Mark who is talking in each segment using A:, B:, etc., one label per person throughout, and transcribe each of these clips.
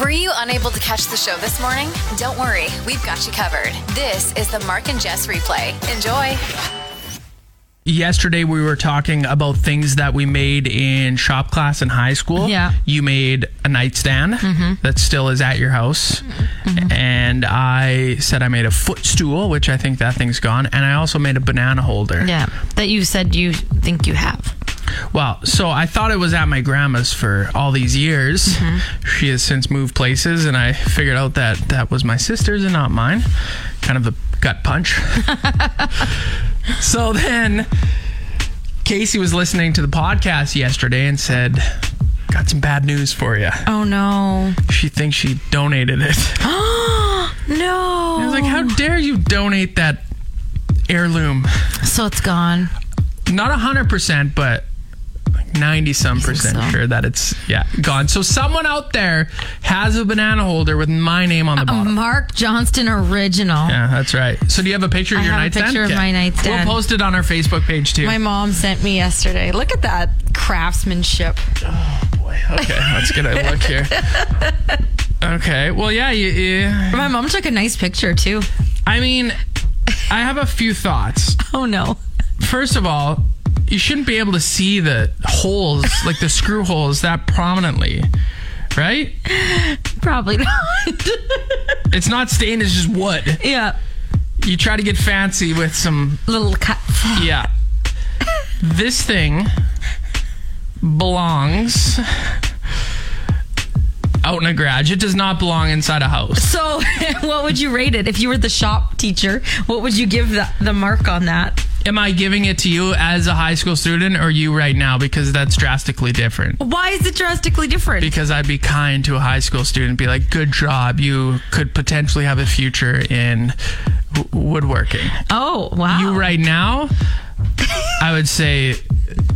A: Were you unable to catch the show this morning? Don't worry, we've got you covered. This is the Mark and Jess replay. Enjoy.
B: Yesterday we were talking about things that we made in shop class in high school.
C: Yeah.
B: You made a nightstand that still is at your house. And I said I made a footstool, which I think that thing's gone, and I also made a banana holder.
C: Yeah, that you said you think you have.
B: Well, so I thought it was at my grandma's for all these years. She has since moved places, and I figured out that that was my sister's and not mine. Kind of a gut punch. so then Casey was listening to the podcast yesterday and said, Got some bad news for you.
C: Oh no.
B: She thinks she donated it.
C: no.
B: I was like, How dare you donate that heirloom?
C: so it's gone.
B: not a hundred percent, but like ninety some percent
C: so?
B: sure that it's yeah gone. So someone out there has a banana holder with my name on the
C: A
B: bottom.
C: Mark Johnston original.
B: yeah, that's right. So do you have a picture of
C: I
B: your
C: have a
B: nightstand?
C: picture of
B: Okay.
C: my nightstand.
B: We'll post it on our Facebook page too.
C: My mom sent me yesterday. Look at that craftsmanship.
B: Boy, okay, let's get a look here. Okay, well, yeah, you, you,
C: My mom took a nice picture too.
B: I mean, I have a few thoughts.
C: Oh no.
B: First of all, you shouldn't be able to see the holes, like the screw holes, that prominently, right?
C: Probably not.
B: It's not stained; it's just wood.
C: yeah.
B: you try to get fancy with some
C: Little cuts.
B: yeah this thing belongs out in a garage it does not belong inside a house
C: So, what would you rate it if you were the shop teacher? What would you give the, the mark on that?
B: am i giving it to you as a high school student or you right now because that's drastically different
C: Why is it drastically different?
B: because i'd be kind to a high school student be like good job you could potentially have a future in w- woodworking
C: oh, wow.
B: you right now, I would say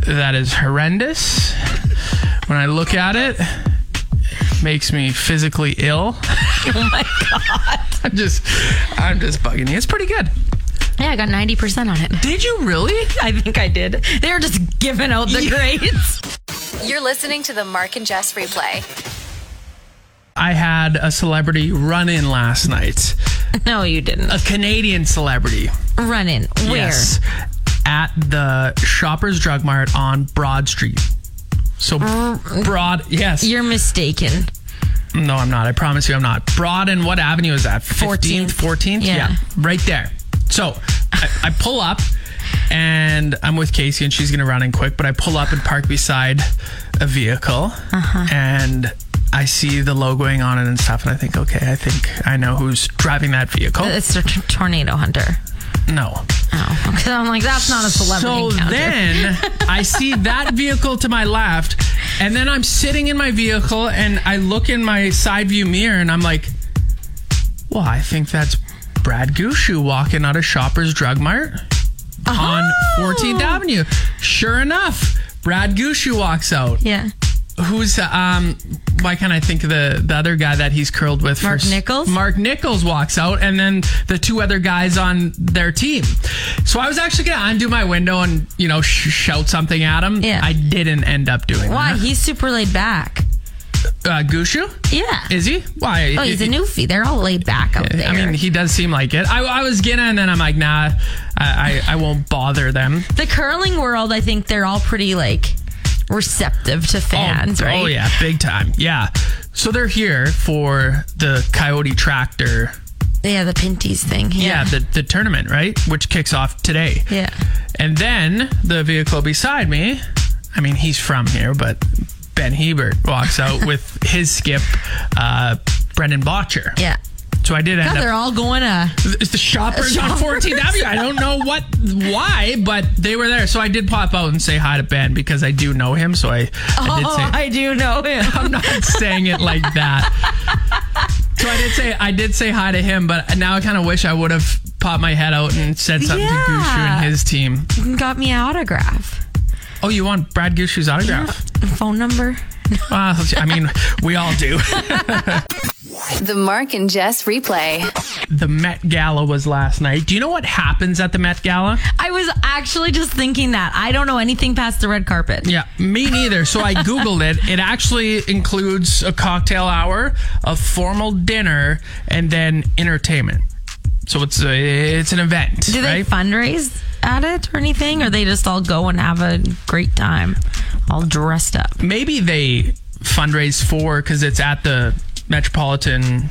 B: that is horrendous. When I look at it, it makes me physically ill. Oh my god. I'm just I'm just bugging you. It's pretty good.
C: Yeah, I got 90% on it.
B: Did you really?
C: I think I did. They're just giving out the grades.
A: You're listening to the Mark and Jess replay.
B: I had a celebrity run in last night.
C: No, you didn't.
B: A Canadian celebrity.
C: Run in. Where?
B: Yes. At the Shoppers Drug Mart on Broad Street. So broad, yes.
C: You're mistaken.
B: No, I'm not. I promise you, I'm not. Broad and what avenue is that?
C: 14th.
B: 15th, 14th?
C: Yeah.
B: Right there. So I, I pull up and I'm with Casey and she's going to run in quick, but I pull up and park beside a vehicle and I see the logoing on it and stuff. And I think, okay, I think I know who's driving that vehicle.
C: It's a t- tornado hunter.
B: no.
C: Oh, 'Cause I'm like, that's not a
B: So
C: celebrity encounter.
B: then I see that vehicle to my left, and then I'm sitting in my vehicle and I look in my side view mirror and I'm like, well, I think that's Brad Gushu walking out of Shoppers Drug Mart on
C: Oh.
B: 14th Avenue. Sure enough, Brad Gushu walks out.
C: yeah.
B: Who's um? Why can't I think of the the other guy that he's curled with?
C: Mark
B: first?
C: Nichols?
B: Mark Nichols walks out, and then the two other guys on their team. So I was actually gonna undo my window and you know sh- shout something at him.
C: Yeah.
B: I didn't end up doing
C: Why?
B: that.
C: He's super laid back.
B: Uh, Gushu?
C: Yeah.
B: Is he? Why?
C: oh, he's a newfie. They're all laid back out there.
B: I mean, he does seem like it. I, I was gonna, and then I'm like, nah, I, I, I won't bother them.
C: the curling world, I think they're all pretty, like, receptive to fans,
B: oh,
C: right?
B: Oh yeah, big time. Yeah. So they're here for the Coyote Tractor
C: Yeah, the Pinties thing.
B: yeah, the, the tournament, right? Which kicks off today.
C: Yeah.
B: And then the vehicle beside me, I mean, he's from here, but Ben Hebert walks out with his skip, uh, Brendan Botcher.
C: Yeah.
B: So I did end
C: God, they're
B: up.
C: all going to.
B: It's the shoppers,
C: Shoppers.
B: on 14th Avenue. I don't know what, why, but they were there. So I did pop out and say hi to Ben because I do know him. So I, I did
C: Oh,
B: say.
C: I do know him.
B: I'm not saying it like that. So I did say I did say hi to him, but now I kind of wish I would have popped my head out and said something to Gushu
C: Yeah.
B: and his team.
C: got me an autograph.
B: Oh, you want Brad Gushu's autograph?
C: Phone number?
B: Well, I mean, we all do.
A: The Mark and Jess replay.
B: The Met Gala was last night. Do you know what happens at the Met Gala?
C: I was actually just thinking that. I don't know anything past the red carpet.
B: Yeah, me neither. So I Googled it. It actually includes a cocktail hour, a formal dinner, and then entertainment. So it's a, it's an event,
C: Do they
B: right?
C: fundraise at it or anything? Or they just all go and have a great time, all dressed up?
B: Maybe they fundraise for because it's at the Metropolitan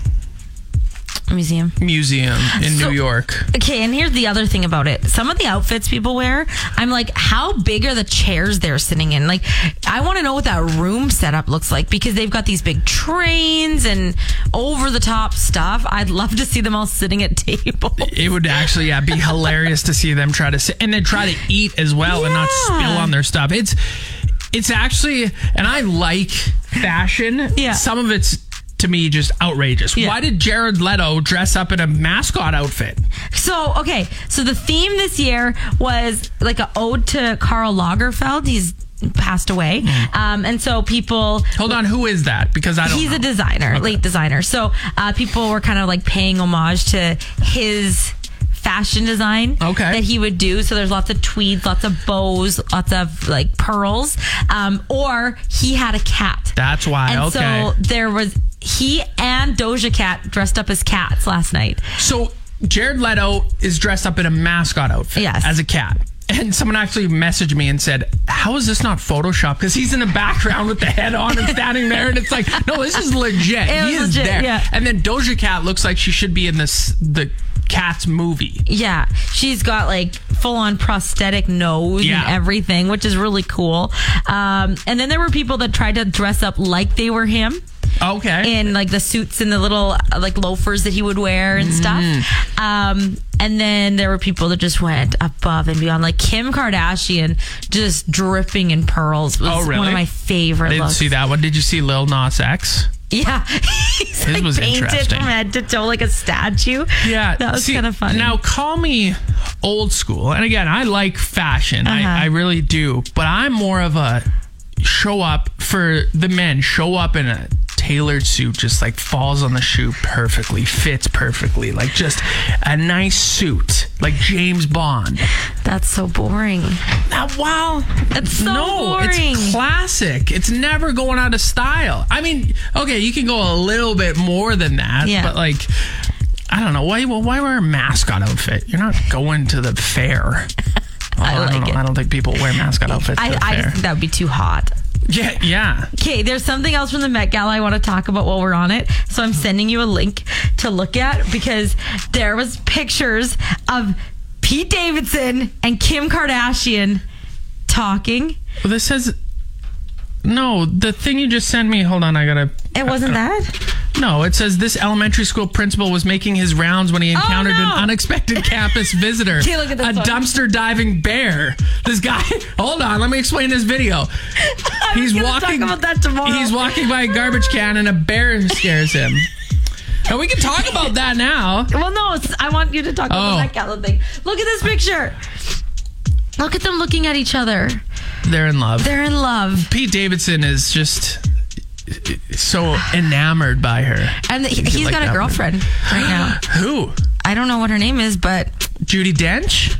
C: Museum.
B: Museum in
C: So-
B: New York.
C: Okay, and here's the other thing about it. Some of the outfits people wear, I'm like, how big are the chairs they're sitting in? Like, I want to know what that room setup looks like because they've got these big trains and over the top stuff. I'd love to see them all sitting at table.
B: It would actually yeah be hilarious to see them try to sit and then try to eat as well and not
C: Yeah.
B: spill on their stuff. It's it's actually and I like fashion.
C: Yeah.
B: Some of it's to me just outrageous.
C: Yeah.
B: Why did Jared Leto dress up in a mascot outfit?
C: So, okay, so the theme this year was like an ode to Karl Lagerfeld. He's passed away. Um, and so people
B: Hold on, who is that? Because I Mm. don't
C: he's
B: know.
C: a designer, late designer. So uh, people were kind of like paying homage to his fashion design
B: Okay.
C: that he would do. So there's lots of tweeds, lots of bows, lots of like pearls. Um, or he had a cat.
B: That's why,
C: And so
B: okay.
C: there was he and Doja Cat dressed up as cats last night.
B: So Jared Leto is dressed up in a mascot outfit
C: Yes.
B: as a cat. And someone actually messaged me and said, How is this not Photoshop? Because he's in the background with the head on and standing there. And it's like, No, this is legit.
C: It
B: he
C: was
B: is
C: legit,
B: there.
C: yeah.
B: And then Doja Cat looks like she should be in this the cat's movie.
C: Yeah, she's got like full on prosthetic nose
B: Yeah.
C: and everything, which is really cool. Um, and then there were people that tried to dress up like they were him.
B: Okay.
C: in like the suits and the little uh, like loafers that he would wear
B: Mm.
C: and stuff. Um, and then there were people that just went above and beyond, like Kim Kardashian, just dripping in pearls. Was
B: Oh, really?
C: One of my favorite
B: I didn't
C: looks.
B: see that one. Did you see Lil Nas X?
C: Yeah, he's like
B: was
C: painted
B: interesting.
C: from head to toe like a statue.
B: Yeah,
C: that was
B: see,
C: kind of funny.
B: Now, call me old school, and again, I like fashion,
C: Uh-huh.
B: I, I really do. But I'm more of a show up for the men. Show up in a tailored suit, just like falls on the shoe perfectly, fits perfectly, like just a nice suit, like James Bond.
C: that's so boring.
B: Now, wow,
C: That's so
B: no,
C: boring.
B: it's classic. It's never going out of style. I mean, okay, you can go a little bit more than that,
C: Yeah.
B: but like, I don't know why. Well, why wear a mascot outfit? You're not going to the fair. I,
C: like
B: don't,
C: it.
B: I don't think people wear mascot outfits. to
C: I,
B: the
C: I
B: fair.
C: just think that would be too hot.
B: yeah, yeah.
C: Okay, there's something else from the Met Gala I want to talk about while we're on it. So I'm sending you a link to look at because there was pictures of Pete Davidson and Kim Kardashian talking.
B: Well, this says no. The thing you just sent me. Hold on, I gotta.
C: It wasn't that.
B: No, it says this elementary school principal was making his rounds when he encountered
C: Oh, no.
B: an unexpected campus visitor.
C: Okay, look at this
B: a
C: one.
B: dumpster diving bear. This guy, hold on, let me explain this video.
C: was gonna talk about that tomorrow.
B: He's walking by a garbage can and a bear scares him. and we can talk about that now.
C: Well, no, it's, I want you to talk about
B: Oh.
C: the Met Gala thing. Look at this picture. Look at them looking at each other.
B: They're in love.
C: They're in love.
B: Pete Davidson is just so enamored by her.
C: And he,
B: You
C: he's
B: like
C: got
B: that
C: a
B: one.
C: girlfriend right now.
B: Who?
C: I don't know what her name is, but
B: Judy Dench?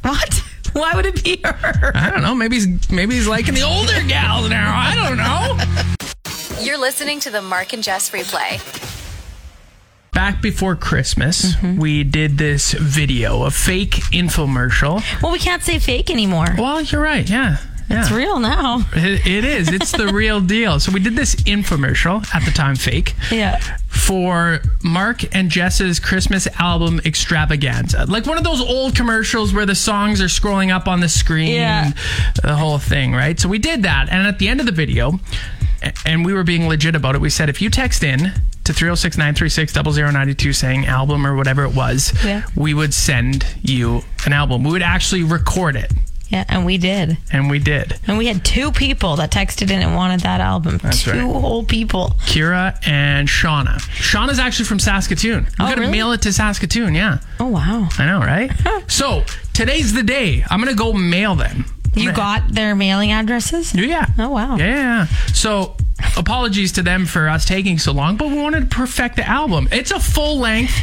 C: what? Why would it be her?
B: I don't know. Maybe he's maybe he's liking the older gals now. I don't know.
A: You're listening to the Mark and Jess replay.
B: back before Christmas, we did this video, a fake infomercial.
C: Well, we can't say fake anymore.
B: Well, you're right. Yeah. Yeah.
C: It's real now.
B: It- it is. It's the real deal. So we did this infomercial at the time, fake.
C: Yeah.
B: For Mark and Jess's Christmas album extravaganza, like one of those old commercials where the songs are scrolling up on the screen,
C: Yeah.
B: the whole thing, right? So we did that, and at the end of the video, a- and we were being legit about it. We said if you text in to 306-936-0092 saying album or whatever it was,
C: Yeah.
B: we would send you an album. We would actually record it,
C: Yeah, and we did.
B: and we did.
C: And we had two people that texted in and wanted that album. two
B: right.
C: whole people.
B: Kira and Shauna. Shauna's actually from Saskatoon. I'm
C: Oh,
B: gonna
C: really?
B: mail it to Saskatoon. Yeah,
C: Oh wow.
B: I know, right? so today's the day. I'm gonna go mail them.
C: You got their mailing addresses?
B: Yeah.
C: Oh, wow.
B: Yeah. So apologies to them for us taking so long, but we wanted to perfect the album. It's a full length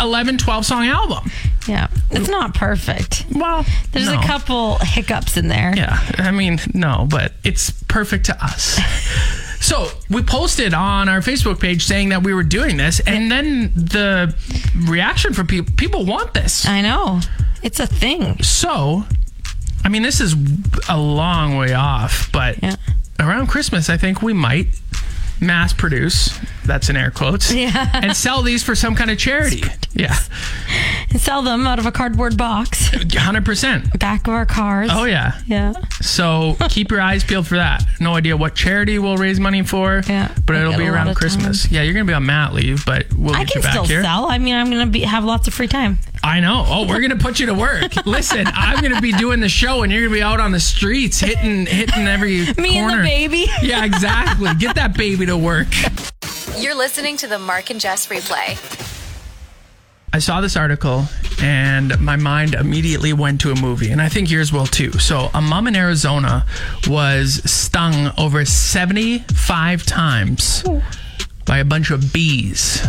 B: 11, 12 song album.
D: Yeah. It's not perfect.
B: Well,
D: There's
B: no.
D: a couple hiccups in there.
B: Yeah, I mean, no, but it's perfect to us. so we posted on our Facebook page saying that we were doing this, and then the reaction from people people want this.
D: I know. It's a thing.
B: So, I mean, this is a long way off, but
D: Yeah.
B: around Christmas, I think we might mass produce. That's in air quotes.
D: Yeah.
B: And sell these for some kind of charity. Yeah.
D: Sell them out of a cardboard box,
B: 100%.
D: back of our cars.
B: Oh, yeah.
D: Yeah.
B: So keep your eyes peeled for that. No idea what charity we'll raise money for,
D: Yeah,
B: but
D: we
B: it'll
D: got
B: be
D: a lot
B: around
D: of
B: Christmas. Yeah, you're gonna be on mat leave, but we'll
D: I
B: get
D: can
B: you back
D: still
B: here.
D: sell. I mean, I'm going to be have lots of free time.
B: I know. Oh, we're gonna put you to work. Listen, I'm gonna be doing the show, and you're gonna be out on the streets hitting hitting every
D: Me and the
B: corner.
D: baby.
B: Yeah, exactly. Get that baby to work.
A: You're listening to the Mark and Jess replay.
B: I saw this article and my mind immediately went to a movie, and I think yours will too. So, a mom in Arizona was stung over 75 times by a bunch of bees.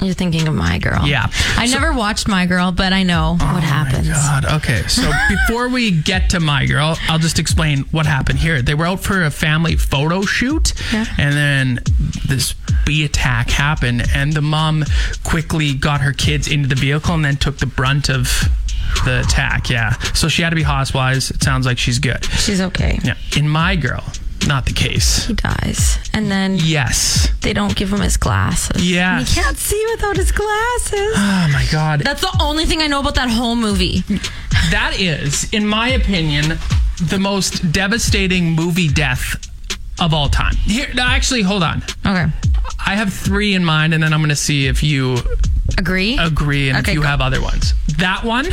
C: You're thinking of My Girl.
B: Yeah. Oh
C: I never watched My Girl, but I know what happens.
B: God. Okay. So before we get to my girl, I'll just explain what happened here. They were out for a family photo shoot, and then this bee attack happened, and the mom quickly got her kids into the vehicle and then took the brunt of the attack. Yeah. So she had to be hospitalized. It sounds like she's good.
C: She's okay.
B: Yeah. In my girl, not the case.
C: He dies. And then
B: Yes.
C: they don't give him his glasses.
B: Yeah.
C: He can't see without his glasses.
B: Oh my God.
C: That's the only thing I know about that whole movie.
B: That is, in my opinion, the most devastating movie death of all time. Here, no, actually, hold on.
C: Okay.
B: I have three in mind, and then I'm going to see if you
C: Agree?
B: agree and
C: Okay, Mm-hmm.
B: if you
C: go.
B: have other ones. That one,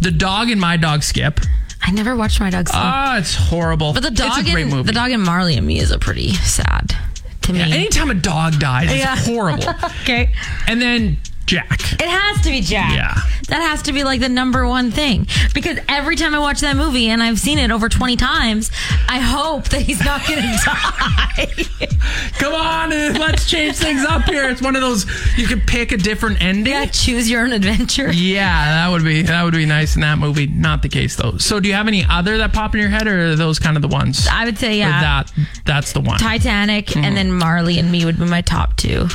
B: the dog and my dog Skip.
C: I never watched My Dog Sleep.
B: Ah, it's horrible.
C: but the dog
B: it's a great
C: in,
B: movie.
C: the dog in Marley and me is a pretty sad to me.
B: Anytime a dog dies,
C: Yeah.
B: it's horrible.
C: okay.
B: and then Jack.
C: It has to be Jack.
B: Yeah.
C: That has to be like the number one thing. Because every time I watch that movie, and I've seen it over 20 times, I hope that he's not going to die.
B: Come on, uh, let's change things up here. It's one of those you can pick a different ending.
C: yeah, choose your own adventure.
B: Yeah, that would be that would be nice in that movie. Not the case though. So, do you have any other that pop in your head, or are those kind of the ones?
C: I would say,
B: Or
C: yeah.
B: that that's the one.
C: Titanic
B: Hmm.
C: and then Marley and me would be my top two.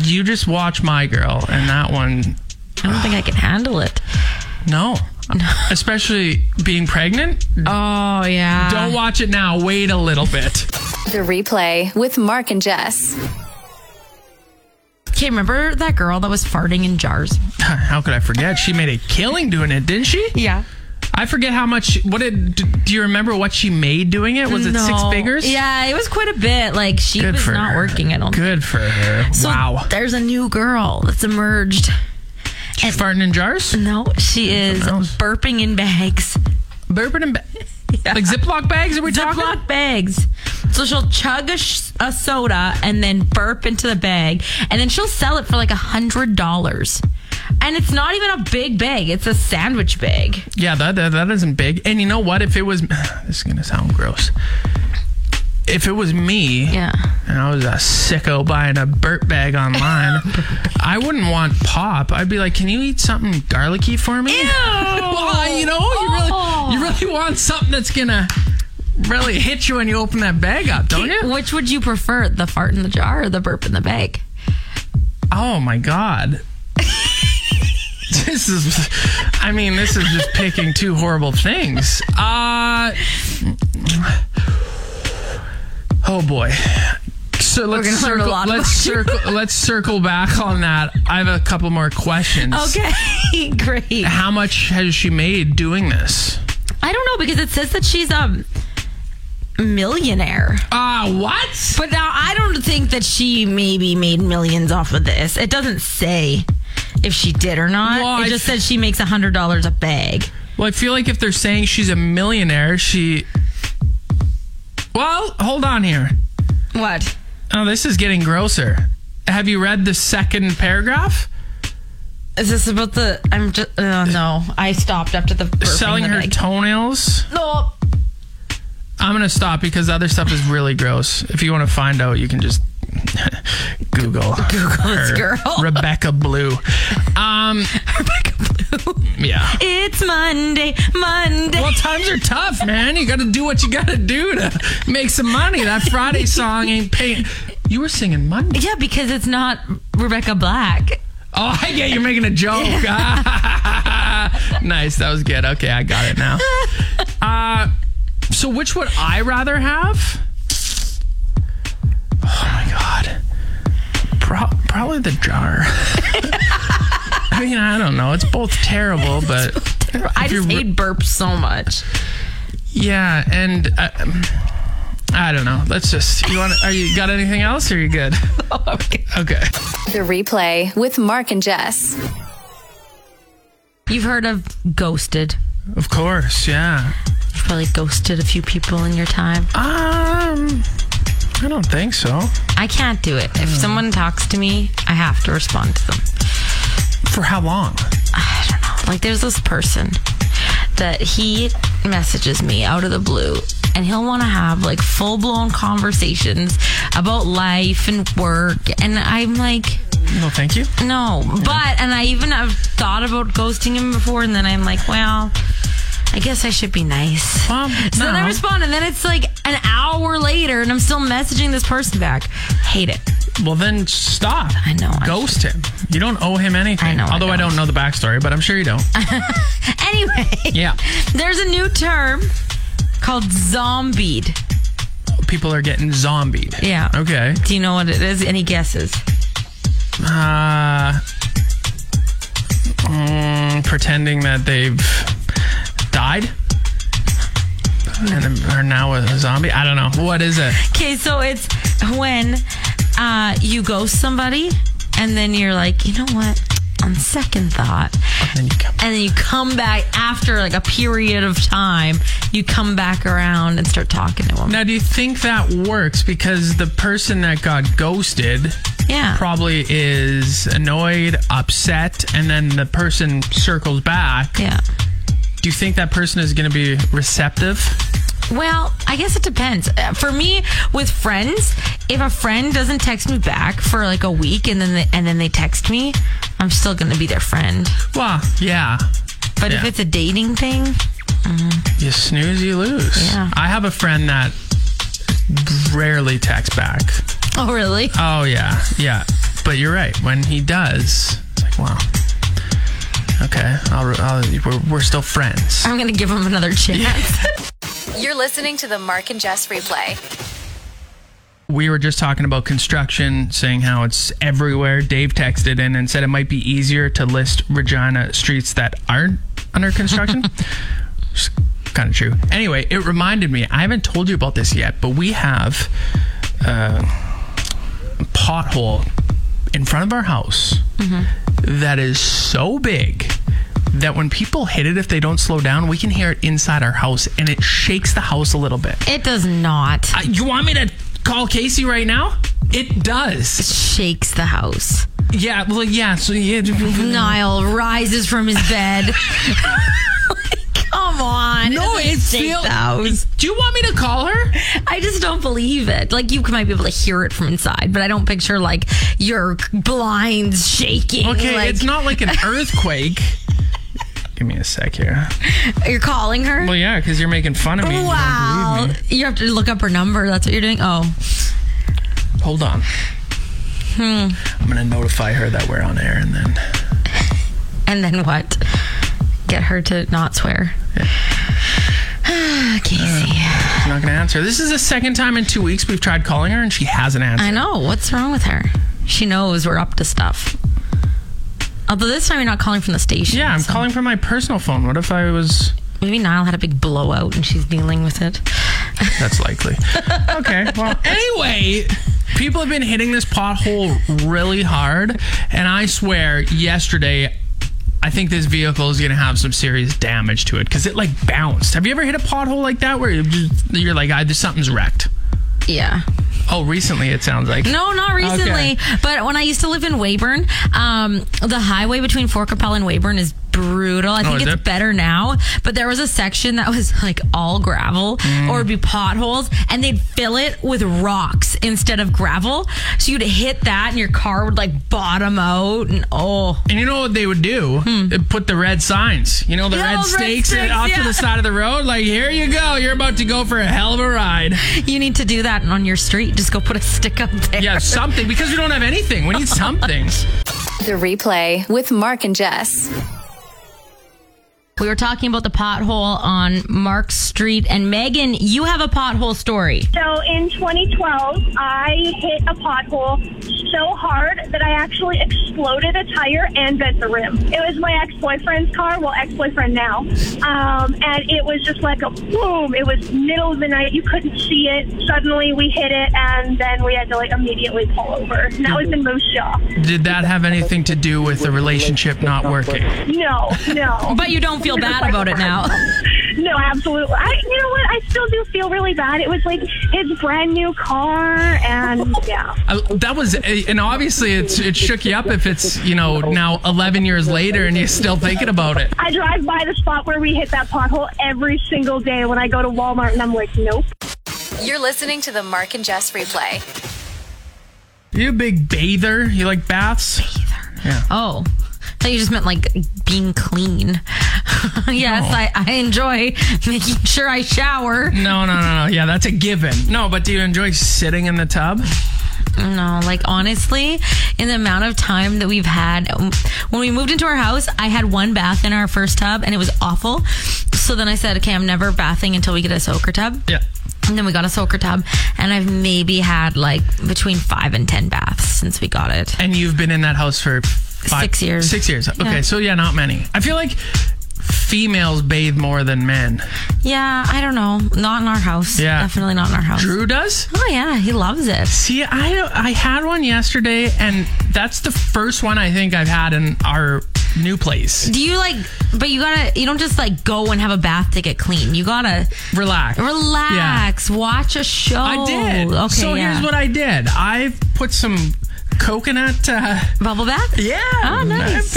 B: You just watch My Girl, and that one,
C: I don't think I can handle it.
B: no. Especially being pregnant.
C: Oh yeah.
B: Don't watch it now. Wait a little bit.
A: The replay with Mark and Jess.
C: Okay, remember that girl that was farting in jars?
B: How could I forget? She made a killing doing it, didn't she?
C: Yeah.
B: I forget how much. What did? Do you remember what she made doing it? Was it six figures?
C: Yeah, it was quite a bit. Like she
B: Good
C: was
B: for
C: not
B: her.
C: working. I don't.
B: Good for her.
C: So
B: wow.
C: There's a new girl that's emerged.
B: She farting in jars,
C: No, she is
B: else?
C: burping in bags,
B: burping in ba- like Ziploc bags. Are we talking?
C: Ziploc bags. So she'll chug a, sh- a soda and then burp into the bag, and then she'll sell it for like a hundred dollars. And it's not even a big bag; it's a sandwich bag.
B: Yeah, that, that that isn't big. And you know what? If it was, this is gonna sound gross. If it was me,
C: Yeah.
B: and I was a sicko buying a burp bag online, I wouldn't want pop. I'd be like, "Can you eat something garlicky for me?" well, you know, you
C: Oh.
B: really, you really want something that's gonna really hit you when you open that bag up, don't you?
C: Which would you prefer, the fart in the jar or the burp in the bag?
B: Oh my god. this is I mean, this is just picking two horrible things. Uh Oh boy. So let's
C: gonna learn a
B: circle,
C: lot
B: let's circle let's circle back on that. I have a couple more questions.
C: Okay, great.
B: How much has she made doing this?
C: I don't know because it says that she's um millionaire.
B: Ah, what?
C: But now I don't think that she maybe made millions off of this. It doesn't say if she did or not.
B: Well,
C: it
B: I-
C: just says she makes a hundred dollars a bag.
B: Well, I feel like if they're saying she's a millionaire, she Well, hold on here.
C: What?
B: Oh, this is getting grosser. Have you read the second paragraph?
C: Is this about the? I'm uh, just. Oh no! I stopped after the burping
B: Selling
C: the
B: her
C: bag.
B: toenails.
C: no.
B: I'm gonna stop because the other stuff is really gross. If you want to find out, you can just Google Google
C: this girl.
B: Rebecca Blue. Um, yeah.
C: It's Monday, Monday.
B: Well, times are tough, man. You got to do what you got to do to make some money. That Friday song ain't paying. You were singing Monday.
C: yeah, because it's not Rebecca Black.
B: Oh, I get you're making a joke. nice. That was good. Okay, I got it now. Uh, so, which would I rather have? Oh my god. Pro- probably the jar. I mean, I don't know. It's both terrible, but
C: I
B: if you're
C: just
B: re-
C: hate burps so much.
B: yeah, and uh, um, I don't know. Let's just. You want? Are you got anything else? Or are you good? Okay.
A: The replay with Mark and Jess.
C: You've heard of ghosted.
B: Of course. Yeah.
C: You've probably ghosted a few people in your time.
B: Um. I don't think so.
C: I can't do it.
B: Mm.
C: If someone talks to me, I have to respond to them.
B: For how long?
C: I don't know. Like, there's this person that he messages me out of the blue, and he'll want to have like full blown conversations about life and work. And I'm like,
B: No, thank you.
C: no. But, and I even have thought about ghosting him before, and then I'm like, well, I guess I should be nice.
B: Well,
C: So then I
B: no.
C: respond, and then it's like an hour later, and I'm still messaging this person back. Hate it.
B: Well, then stop.
C: I know, I
B: Ghost him. You don't owe him anything.
C: I know, I
B: Although I
C: don't.
B: don't. know the backstory, but I'm sure you don't.
C: Anyway,
B: yeah.
C: there's a new term called zombied.
B: People are getting zombied.
C: Yeah.
B: Okay.
C: Do you know what it is? Any guesses?
B: Uh, mm, pretending that they've died and are now a zombie. I don't know. What is it?
C: Okay, so it's when uh, you ghost somebody and then you're like, you know what? On second thought,
B: Then you come-
C: and then you come back after like a period of time, you come back around and start talking to them.
B: Now, do you think that works? Because the person that got ghosted
C: yeah.
B: probably is annoyed, upset, and then the person circles back.
C: yeah.
B: Do you think that person is going to be receptive?
C: Well, I guess it depends. Uh, For me, with friends, if a friend doesn't text me back for like a week and then they, and then they text me, I'm still gonna be their friend.
B: Well, yeah.
C: But if
B: Yeah.
C: it's a dating thing,
B: You snooze, you lose.
C: Yeah.
B: I have a friend that rarely texts back.
C: oh really?
B: Oh, yeah. Yeah. But you're right. When he does, it's like, wow. Okay. I'll, I'll, we're, we're still friends.
C: I'm gonna give them another chance.
A: You're listening to the Mark and Jess replay.
B: We were just talking about construction, saying how it's everywhere. Dave texted in and said it might be easier to list Regina streets that aren't under construction. kind of true. Anyway, it reminded me, I haven't told you about this yet, but we have uh, a pothole in front of our house that is so big that when people hit it, if they don't slow down, we can hear it inside our house and it shakes the house a little bit.
C: It does not.
B: Uh, you want me to call Casey right now? It does.
C: Shakes the house.
B: Yeah. Well, yeah. So yeah.
C: Niall rises from his bed. Come on. it
B: No,
C: doesn't
B: it's
C: shake
B: still.
C: the house.
B: Do you want me to call her?
C: I just don't believe it. Like you might be able to hear it from inside, but I don't picture like your blinds shaking.
B: Okay,
C: like,
B: it's not like an earthquake. Give me a sec here.
C: you're calling her.
B: Well, yeah, because you're making fun of me. and you don't
C: wow,
B: believe me.
C: you have to look up her number. That's what you're doing. Oh,
B: Hold on.
C: Hmm.
B: I'm gonna notify her that we're on air, and then
C: and then what? Get her to not swear. Casey,
B: she's not gonna answer. This is the second time in two weeks we've tried calling her, and she hasn't answered.
C: I know. What's wrong with her? She knows we're up to stuff. Although this time you're not calling from the station.
B: yeah, I'm
C: so
B: calling from my personal phone. What if I was?
C: Maybe Niall had a big blowout and she's dealing with it.
B: That's likely. okay. Well, anyway, people have been hitting this pothole really hard, and I swear, yesterday. I think this vehicle is going to have some serious damage to it because it like bounced. Have you ever hit a pothole like that where you just, you're like, I, something's wrecked?
C: Yeah.
B: Oh, recently it sounds like.
C: No, not recently.
B: Okay.
C: But when I used to live in Weyburn, um, the highway between Fort Capel and Weyburn is brutal. I think
B: Oh, is
C: it's
B: it?
C: better now, but there was a section that was like all gravel
B: Mm.
C: or it'd be potholes and they'd fill it with rocks instead of gravel. So you'd hit that and your car would like bottom out and oh.
B: And you know what they would do? They'd put the red signs, you know, the
C: Hmm. Yeah,
B: red
C: red
B: stakes
C: stakes,
B: off to
C: yeah.
B: the side of the road. Like, here you go. You're about to go for a hell of a ride.
C: You need to do that on your street. Just go put a stick up there.
B: Yeah, something. Because we don't have anything. We need something.
A: The replay with Mark and Jess.
C: We were talking about the pothole on Mark Street, and Megan, you have a pothole story.
E: So in 2012, I hit a pothole so hard that I actually exploded a tire and bent the rim. It was my ex-boyfriend's car, well, ex-boyfriend now, um, and it was just like a boom. It was middle of the night. You couldn't see it. Suddenly we hit it, and then we had to like immediately pull over. And that was in Moose Jaw.
B: Did that have anything to do with the relationship not working?
E: No, no.
C: But you don't feel bad about it now.
E: No, absolutely. I, you know what? I still do feel really bad. It was like his brand new car, and yeah.
B: I, that was, eh, and obviously it's, it shook you up if it's, you know, now 11 years later and you're still thinking about it.
E: I drive by the spot where we hit that pothole every single day when I go to Walmart, and I'm like, nope.
A: You're listening to the Mark and Jess replay.
B: You a big bather? You like baths?
C: Oh. So you just meant like being clean. yes, I, I enjoy making sure I shower.
B: No, no, no, no. Yeah, that's a given. No, but do you enjoy sitting in the tub?
C: No, like honestly, in the amount of time that we've had, um, when we moved into our house, I had one bath in our first tub and it was awful. So then I said, okay, I'm never bathing until we get a soaker tub.
B: Yeah.
C: And then we got a soaker tub, and I've maybe had like between five and 10 baths since we got it.
B: And you've been in that house for five,
C: Six years.
B: Six years. Okay,
C: Yeah.
B: so yeah, not many. I feel like females bathe more than men.
C: Yeah, I don't know. Not in our house.
B: Yeah.
C: Definitely not in our house.
B: Drew does.
C: Oh, yeah. He loves it.
B: See, I I had one yesterday, and that's the first one I think I've had in our new place.
C: Do you like, but you gotta, you don't just like go and have a bath to get clean. You gotta
B: Relax.
C: relax, watch a show.
B: I did.
C: oh, Okay.
B: So
C: yeah.
B: here's what I did. I put some coconut. Uh,
C: Bubble bath?
B: yeah.
C: Oh, nice.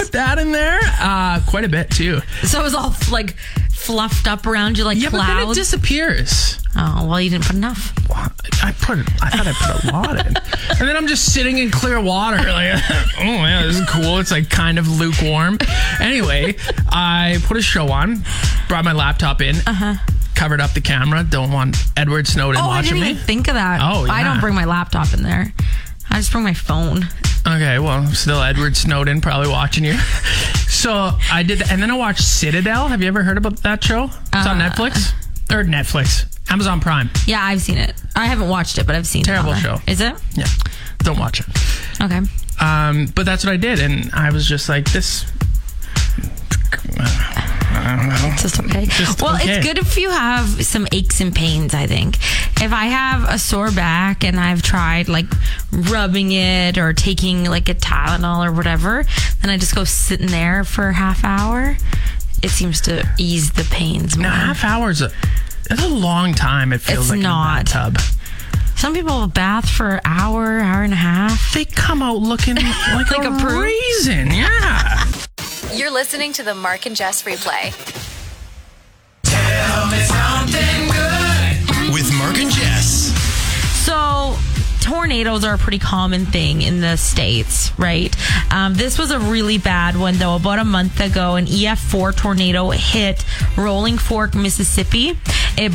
B: I put that in there. Uh, quite a bit too.
C: So it was all like fluffed up around you like
B: Yeah, but then it
C: clouds.
B: disappears.
C: oh, well, you didn't put enough.
B: I put. I thought I put a lot in, and then I'm just sitting in clear water. Like, oh yeah, this is cool. It's like kind of lukewarm. Anyway, I put a show on, brought my laptop in, covered up the camera. Don't want Edward Snowden
C: Uh-huh. Oh, I
B: watching
C: didn't
B: me.
C: even think of that.
B: Oh,
C: I
B: yeah.
C: don't bring my laptop in there. I just bring my phone.
B: Okay, well, still Edward Snowden probably watching you. So I did, that, and then I watched Citadel. Have you ever heard about that show? It's on
C: Uh,
B: Netflix or Netflix, Amazon Prime.
C: Yeah, I've seen it. I haven't watched it, but I've seen
B: Terrible
C: it. on
B: show.
C: there. Is it?
B: Yeah, don't watch it.
C: Okay.
B: Um, but that's what I did, and I was just like, this. I don't know.
C: It's just okay.
B: Just
C: well,
B: okay.
C: it's good if you have some aches and pains, I think. If I have a sore back and I've tried like rubbing it or taking like a Tylenol or whatever, then I just go sit in there for a half hour. It seems to ease the pains more.
B: Now, half hours. uh, That's a long time. It feels
C: It's
B: like
C: not.
B: in a bathtub.
C: Some people bath for an hour, hour and a half.
B: They come out looking like,
C: Like
B: a,
C: a prude?
B: raisin. Yeah.
A: You're listening to the Mark and Jess replay.
F: With Mark and Jess.
C: So, tornadoes are a pretty common thing in the States, right? Um, this was a really bad one, though. About a month ago, an EF4 tornado hit Rolling Fork, Mississippi. It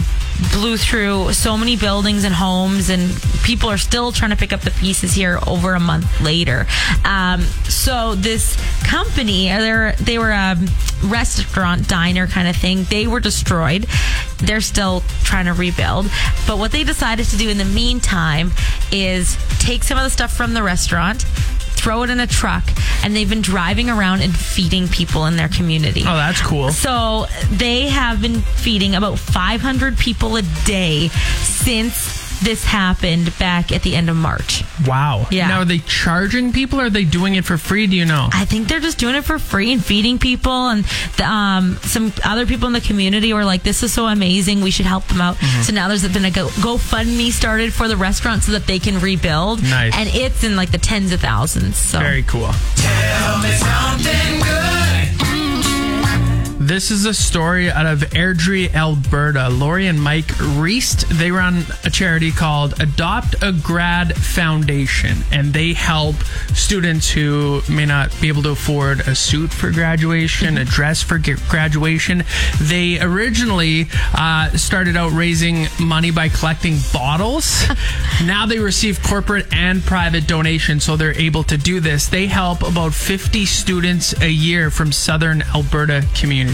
C: blew through so many buildings and homes, and people are still trying to pick up the pieces here over a month later. Um, so, this company, they're, they were a restaurant, diner kind of thing, they were destroyed they're still trying to rebuild. But what they decided to do in the meantime is take some of the stuff from the restaurant, throw it in a truck, and they've been driving around and feeding people in their community.
B: Oh, that's cool.
C: So they have been feeding about 500 people a day since this happened back at the end of March.
B: Wow.
C: Yeah.
B: Now, are they charging people or are they doing it for free? Do you know?
C: I think they're just doing it for free and feeding people. And the, um, some other people in the community were like, "This is so amazing. We should help them out." So now there's been a Go- GoFundMe started for the restaurant so that they can rebuild.
B: Nice.
C: And it's in like the tens of thousands. So
B: Very cool.
F: Tell me something good.
B: This is a story out of Airdrie, Alberta. Lori and Mike Reist, they run a charity called Adopt a Grad Foundation, and they help students who may not be able to afford a suit for graduation, a dress for gra- graduation. They originally uh, started out raising money by collecting bottles. now they receive corporate and private donations, so they're able to do this. They help about 50 students a year from southern Alberta communities,